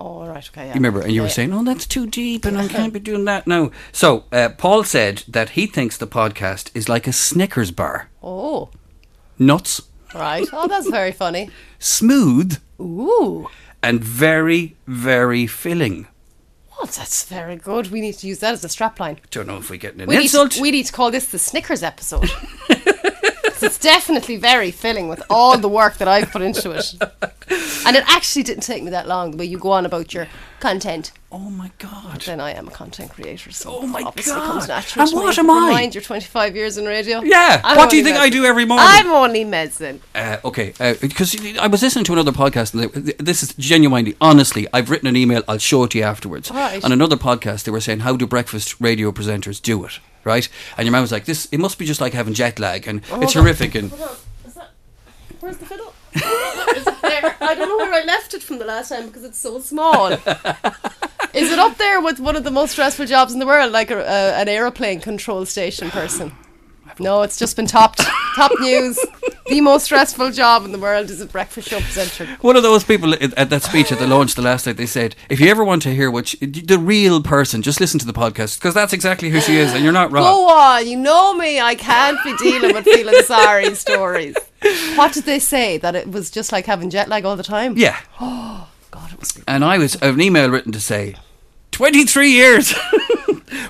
Oh, right, okay. Yeah. You remember, and you Yeah, were yeah. saying, "Oh, that's too deep, and I can't be doing that now." So uh, Paul said that he thinks the podcast is like a Snickers bar, "Oh, nuts, right. Oh, that's very funny." smooth, Ooh. and very, very filling. Well, that's very good. We need to use that as a strapline. Don't know if we're getting an We, need insult. to- we need to call this the Snickers episode. So it's definitely very filling with all the work that I've put into it. And it actually didn't take me that long, the way you go on about your content. Oh my god. Then I am a content creator, so Oh my obviously God. comes natural And to me. what am Never I? Mind, you're 25 years in radio. Yeah. I'm what do you only think I messing. do every morning? I'm only messing. Uh, okay, because I was listening to another podcast, and they, this is genuinely, honestly, I've written an email. I'll show it to you afterwards. Right. On another podcast, they were saying how do breakfast radio presenters do it, right? And your man was like, "This it must be just like having jet lag, and it's Oh. horrific." And Where's the fiddle? Is it there? I don't know where I left it from the last time because it's so small. Is it up there with one of the most stressful jobs in the world, like a, a, an aeroplane control station person? No, it's just been topped. Top news. The most stressful job in the world is a breakfast show presenter. one of those people at at that speech at the launch the last night, they said, "If you ever want to hear what she- the real person, just listen to the podcast because that's exactly who she is, and you're not wrong." Go on, you know me. I can't be dealing with feeling sorry stories. What did they say? That it was just like having jet lag all the time? Yeah. God, it was. And I was I have an email written to say, 23 years.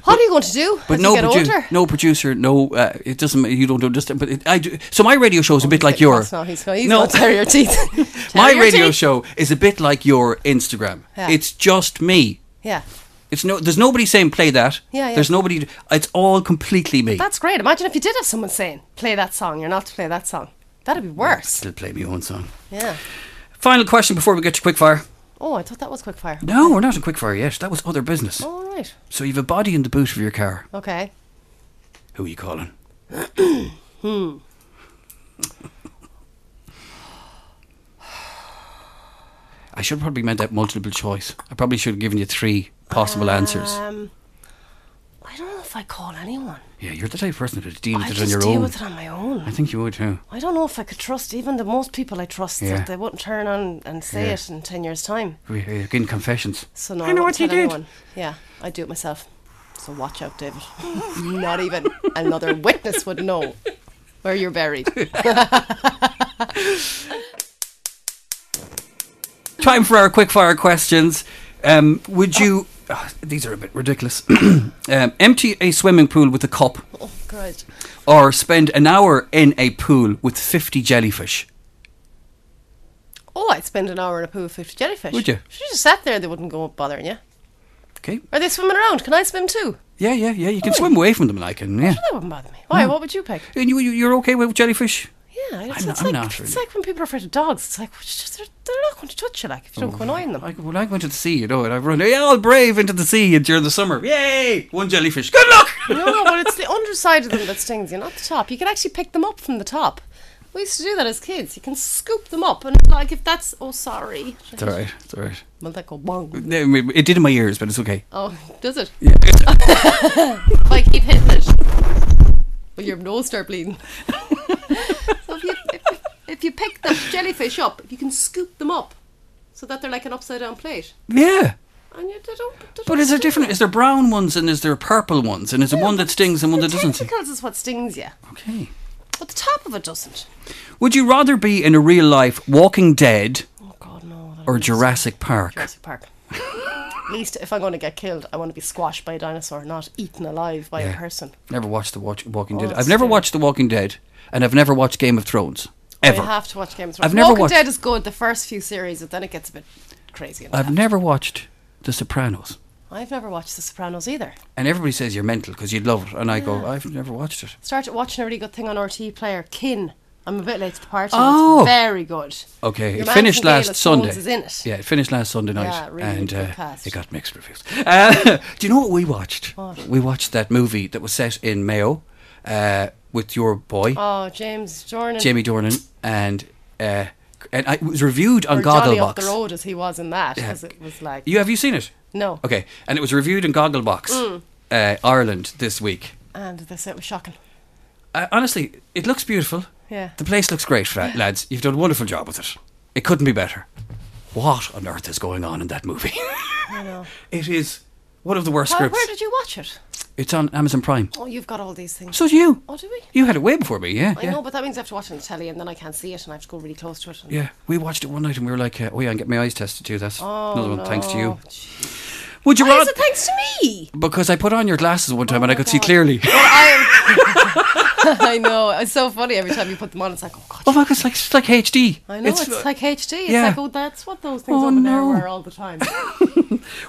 What are you going to do But as no, you get produ- older? no producer, no. Uh, it doesn't. You don't understand. But it, I do. So my radio show is a bit like your. That's not, he's going, he's No. going to tear your teeth. Tear my your radio teeth. show is a bit like your Instagram. Yeah. It's just me. Yeah. It's no. There's nobody saying play that. Yeah, yeah. There's nobody. It's all completely me. That's great. Imagine if you did have someone saying, play that song, you're not to play that song. That'd be worse. Still play my own song. Yeah. Final question before we get to quickfire. Oh, I thought that was quickfire. No, we're not in quickfire yet. That was other business. All right. So you've a body in the boot of your car. Okay. Who are you calling? Hmm. I should probably meant that multiple choice. I probably should have given you three possible answers. Um, I don't know if I call anyone. Yeah, you're the type of person to deal I with it on just your deal own. with it on my I own. think you would too. I don't know if I could trust even the most people I trust Yeah. that they wouldn't turn on and say Yeah. it in ten years' time. We- We're getting confessions. So no, I know won't what you tell did. anyone. Yeah, I do it myself. So watch out, David. Not even another witness would know where you're buried. Time for our quickfire questions. Um, would you? ah, these are a bit ridiculous. um, empty a swimming pool with a cup, Oh, God. or spend an hour in a pool with fifty jellyfish. Oh, I'd spend an hour in a pool with 50 jellyfish. Would you? If you just sat there, they wouldn't go bothering you. Okay. Are they swimming around? Can I swim too? Yeah, yeah, yeah. You can swim away from them, like, and yeah. That wouldn't bother me. Why? What would you pick? And you, you- you're okay with jellyfish? Yeah, Hmm. it's, I'm it's not- I'm like, not it's really. like when people are afraid of dogs. It's like, it's just, they're, they're not going to touch you, like, if you Oh. don't go annoying them. I, well, I went to the sea, you know, and I run yeah, all brave into the sea during the summer. Yay! One jellyfish. Good luck! no, no, but it's the underside of them that stings you, not the top. You can actually pick them up from the top. We used to do that as kids. You can scoop them up, and, like, if that's, oh, sorry. It's all right. It's all right. Will that go bong? No, I mean, It did in my ears, but it's okay. Oh, does it? Yeah. if I keep hitting it, will your nose start bleeding? so if you, if, if you pick the jellyfish up, you can scoop them up so that they're like an upside down plate. Yeah. And you, they don't, they don't But is there sting different? you. Is there brown ones and is there purple ones? And is there one that stings and one The that doesn't sting? tentacles is what stings you, Okay. but the top of it doesn't. Would you rather be in a real life Walking Dead Oh God, no. that or is- Jurassic Park? Jurassic Park. At least if I'm going to get killed, I want to be squashed by a dinosaur, not eaten alive by Yeah. a person. Never watched The Watch- Walking Dead. Oh, that's I've never terrible. watched The Walking Dead and I've never watched Game of Thrones. Ever. I Oh, have to watch Game of Thrones. I've never Walking watched- Dead is good, the first few series, but then it gets a bit crazy. and I've never watched The Sopranos. I've never watched The Sopranos either. And everybody says you're mental because you'd love it. And I go, I've never watched it. Started watching a really good thing on RT Player, Kin. I'm a bit late to the party. Oh. It's very good. Okay, Your it man finished from Game last of Thrones Sunday. is in it. Yeah, it finished last Sunday night. Yeah, really and good uh, cast. it got mixed reviews. Uh, do you know what we watched? We watched that movie that was set in Mayo uh, with your boy, Oh, James Jordan. Jamie Dornan, and uh, and I, it was reviewed on or Johnny up the Gogglebox. road as he was in that, because it was like You have you seen it? no. Mm. Okay, and it was reviewed in Gogglebox, uh, Ireland this week. And this it was shocking. Uh, honestly, it looks beautiful. Yeah. The place looks great, fa- lads. You've done a wonderful job with it. It couldn't be better. What on earth is going on in that movie? I know. it is one of the worst How, scripts. where did you watch it? it's on Amazon Prime. Oh, you've got all these things. So do you. oh, do we? You had it way before me, yeah. I yeah. know, but that means I have to watch it on the telly, and then I can't see it, and I have to go really close to it. and- Yeah, we watched it one night and we were like, uh, oh yeah, I'm getting my eyes tested too. That's Oh, another one, thanks to you. no. Would you Why rather? is it thanks to me? Oh because I put on your glasses one time and I could see clearly. I I know. It's so funny every time you put them on. It's like, oh god. Oh my god, it's like it's like HD. I know it's, like HD. It's yeah. like, oh, that's what those things Oh, over there no. were all the time. Uh,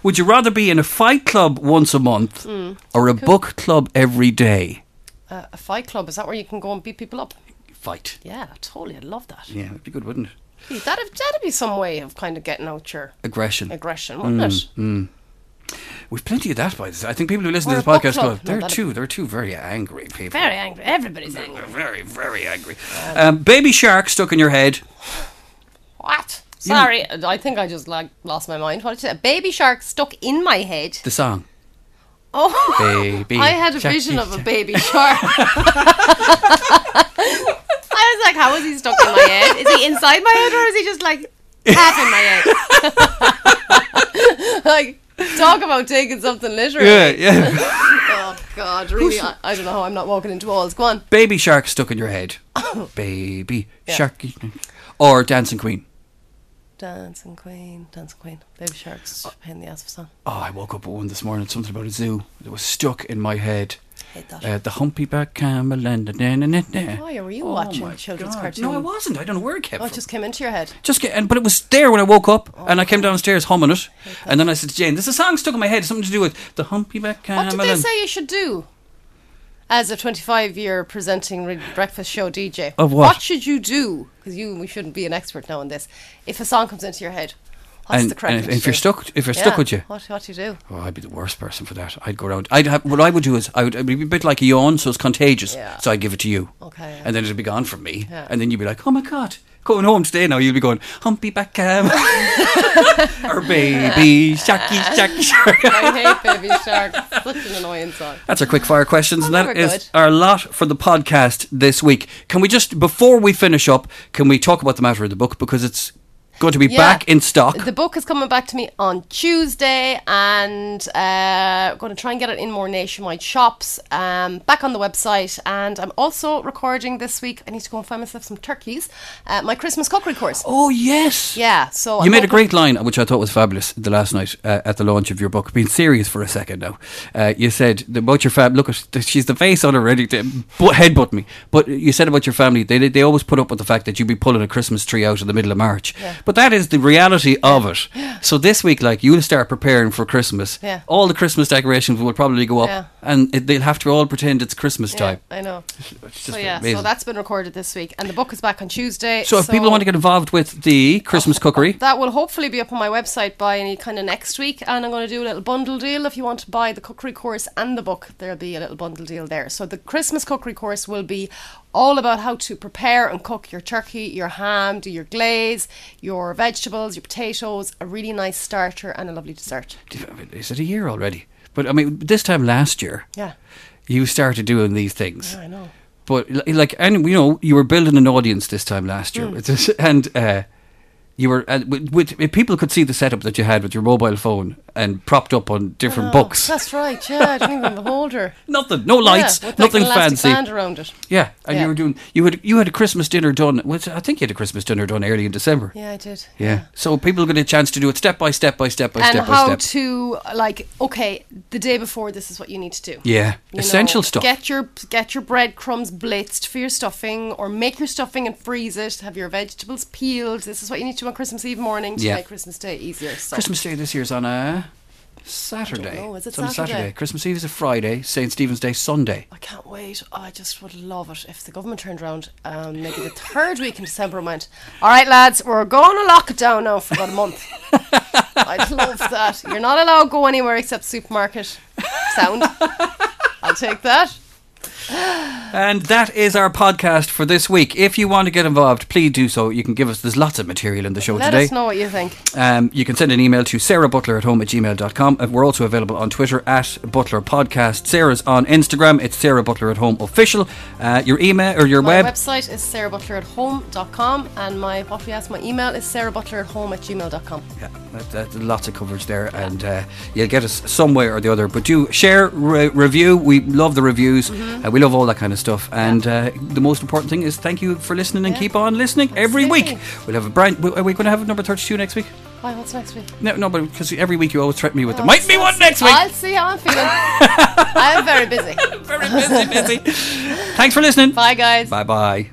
Would you rather be in a fight club once a month Hmm. or a book club every day? uh, a fight club is that where you can go and beat people up? Fight. Yeah, totally. I'd love that. Yeah, it'd be good, wouldn't it? Gee, That'd that'd be some way of kind of getting out your Aggression. aggression, wouldn't it? Mm, We've plenty of that by this. I think people who listen Or to a this book podcast club. go, No, they're that'd- two, they're two very angry people. Very angry. Everybody's angry. They're very, very angry. Um, baby shark stuck in your head. What? Sorry, I think I just like lost my mind. What did you say? Baby shark stuck in my head. The song. Oh, Baby I had a shark, vision baby of a shark. baby shark. I was like, how is he stuck in my head? Is he inside my head or is he just like half in my head? like, talk about taking something literally. Yeah, yeah. Oh, God, really? I, I don't know how I'm not walking into walls. Go on. baby shark stuck in your head. Oh. baby shark. Or Dancing Queen. Dancing Queen, Dancing Queen. Baby sharks, Uh, pain in the ass of sun. Oh, I woke up at one this morning, something about a zoo. It was stuck in my head. Hate that. Uh, the Humpy Back Camel and the na na na na. Why, were you Oh watching my children's God. cartoons? No, I wasn't. I don't know where it came Oh, from. it just Oh. came into your head. Just get, and, but it was there when I woke up, and I came downstairs humming it, and then I said to Jane, "There's a song stuck in my head, something to do with the humpy back camel." What did they and- say you should do? As a 25-year presenting re- breakfast show DJ, Of what? should you do? Because you, we shouldn't be an expert now in this. If a song comes into your head, what's And, the correct? and if, thing to if you're do? stuck, if you're stuck Yeah, with you, what, what do you do? oh, I'd be the worst person for that. I'd go around. I'd have what I would do is I would it'd be a bit like a yawn, so it's contagious. Yeah. So I'd give it to you, Okay, yeah. and then it'd be gone from me, Yeah. and then you'd be like, "Oh my god." Going home today now, you'll be going humpy back camel or baby sharky sharky shark. I hate Baby Shark. Such an annoying song. That's our quick fire questions, and they that were is good. our lot for the podcast this week. Can we just, before we finish up, can we talk about the matter of the book because it's going to be back in stock? The book is coming back to me on Tuesday, and uh, I'm going to try and get it in more nationwide shops. Um, back on the website, and I'm also recording this week. I need to go and find myself some turkeys. Uh, my Christmas cookery course. oh yes, Yeah, so You I'm made a hoping- great line, which I thought was fabulous, the last night uh, at the launch of your book. Being serious for a second now, uh, you said that about your fam. Look, at she's the face on her ready to bu- headbutt me. But you said about your family, they they always put up with the fact that you'd be pulling a Christmas tree out in the middle of March. But that is the reality of it. So this week, like you'll start preparing for Christmas. Yeah. All the Christmas decorations will probably go up, Yeah. and it, they'll have to all pretend it's Christmas Yeah, time. I know. It's So just yeah, amazing. so that's been recorded this week, and the book is back on Tuesday. So if people want to get involved with the Christmas cookery, that will hopefully be up on my website by any kind of next week, and I'm going to do a little bundle deal. If you want to buy the cookery course and the book, there'll be a little bundle deal there. So the Christmas cookery course will be all about how to prepare and cook your turkey, your ham, do your glaze, your vegetables, your potatoes, a really nice starter, and a lovely dessert. is it a year already? But I mean, this time last year, Yeah. you started doing these things. Yeah, I know. But li- like, and you know, you were building an audience this time last Hmm. year, with this, and uh, you were and with, with if people could see the setup that you had with your mobile phone and propped up on different Oh, books. That's right. Yeah, I didn't even have a holder. nothing, no lights, yeah, with like an nothing elastic fancy. Band around it. Yeah, and Yeah. you were doing you had you had a Christmas dinner done. Was, I think you had a Christmas dinner done early in December. Yeah, I did. Yeah. So people get a chance to do it step by step by step by and step how by step. to like okay the day before this is what you need to do Yeah. You Essential know, stuff. get your get your breadcrumbs blitzed for your stuffing or make your stuffing and freeze it have your vegetables peeled this is what you need to do on christmas eve morning to Yeah. make christmas day easier so Christmas Day this year's on a Saturday. know, is it It's on a Saturday? Christmas Eve is a Friday. Saint Stephen's Day Sunday. I can't wait. I just would love it if the government turned around um, maybe the third week in December and went, All right, lads, we're going to lock it down now for about a month. I'd love that. You're not allowed to go anywhere except supermarket. Sound. I'll take that. And that is our podcast for this week. If you want to get involved, please do so. You can give us, there's lots of material in the show Let today. us know what you think. Um, you can send an email to sarahbutler at home at gmail.com. And we're also available on Twitter at Butler Podcast. Sarah's on Instagram. It's Sarah Butler at Home Official. Uh, your email or your My web. website is sarahbutler@home.com and my what we ask my email is sarahbutler@home at gmail.com. Yeah, that, that, lots of coverage there, and uh, you'll get us some way or the other. But do share, re- review. We love the reviews. Mm-hmm. Uh, we love all that kind of stuff. And uh, the most important thing is thank you for listening and Yeah. keep on listening every week. Absolutely. We'll have a brand. w- Are we going to have number thirty-two next week? Why? What's next week? No, no, but because every week you always threaten me with Oh, there might be one next week. I'll see how I'm feeling. I'm very busy. Very busy, busy. Thanks for listening. Bye, guys. Bye bye.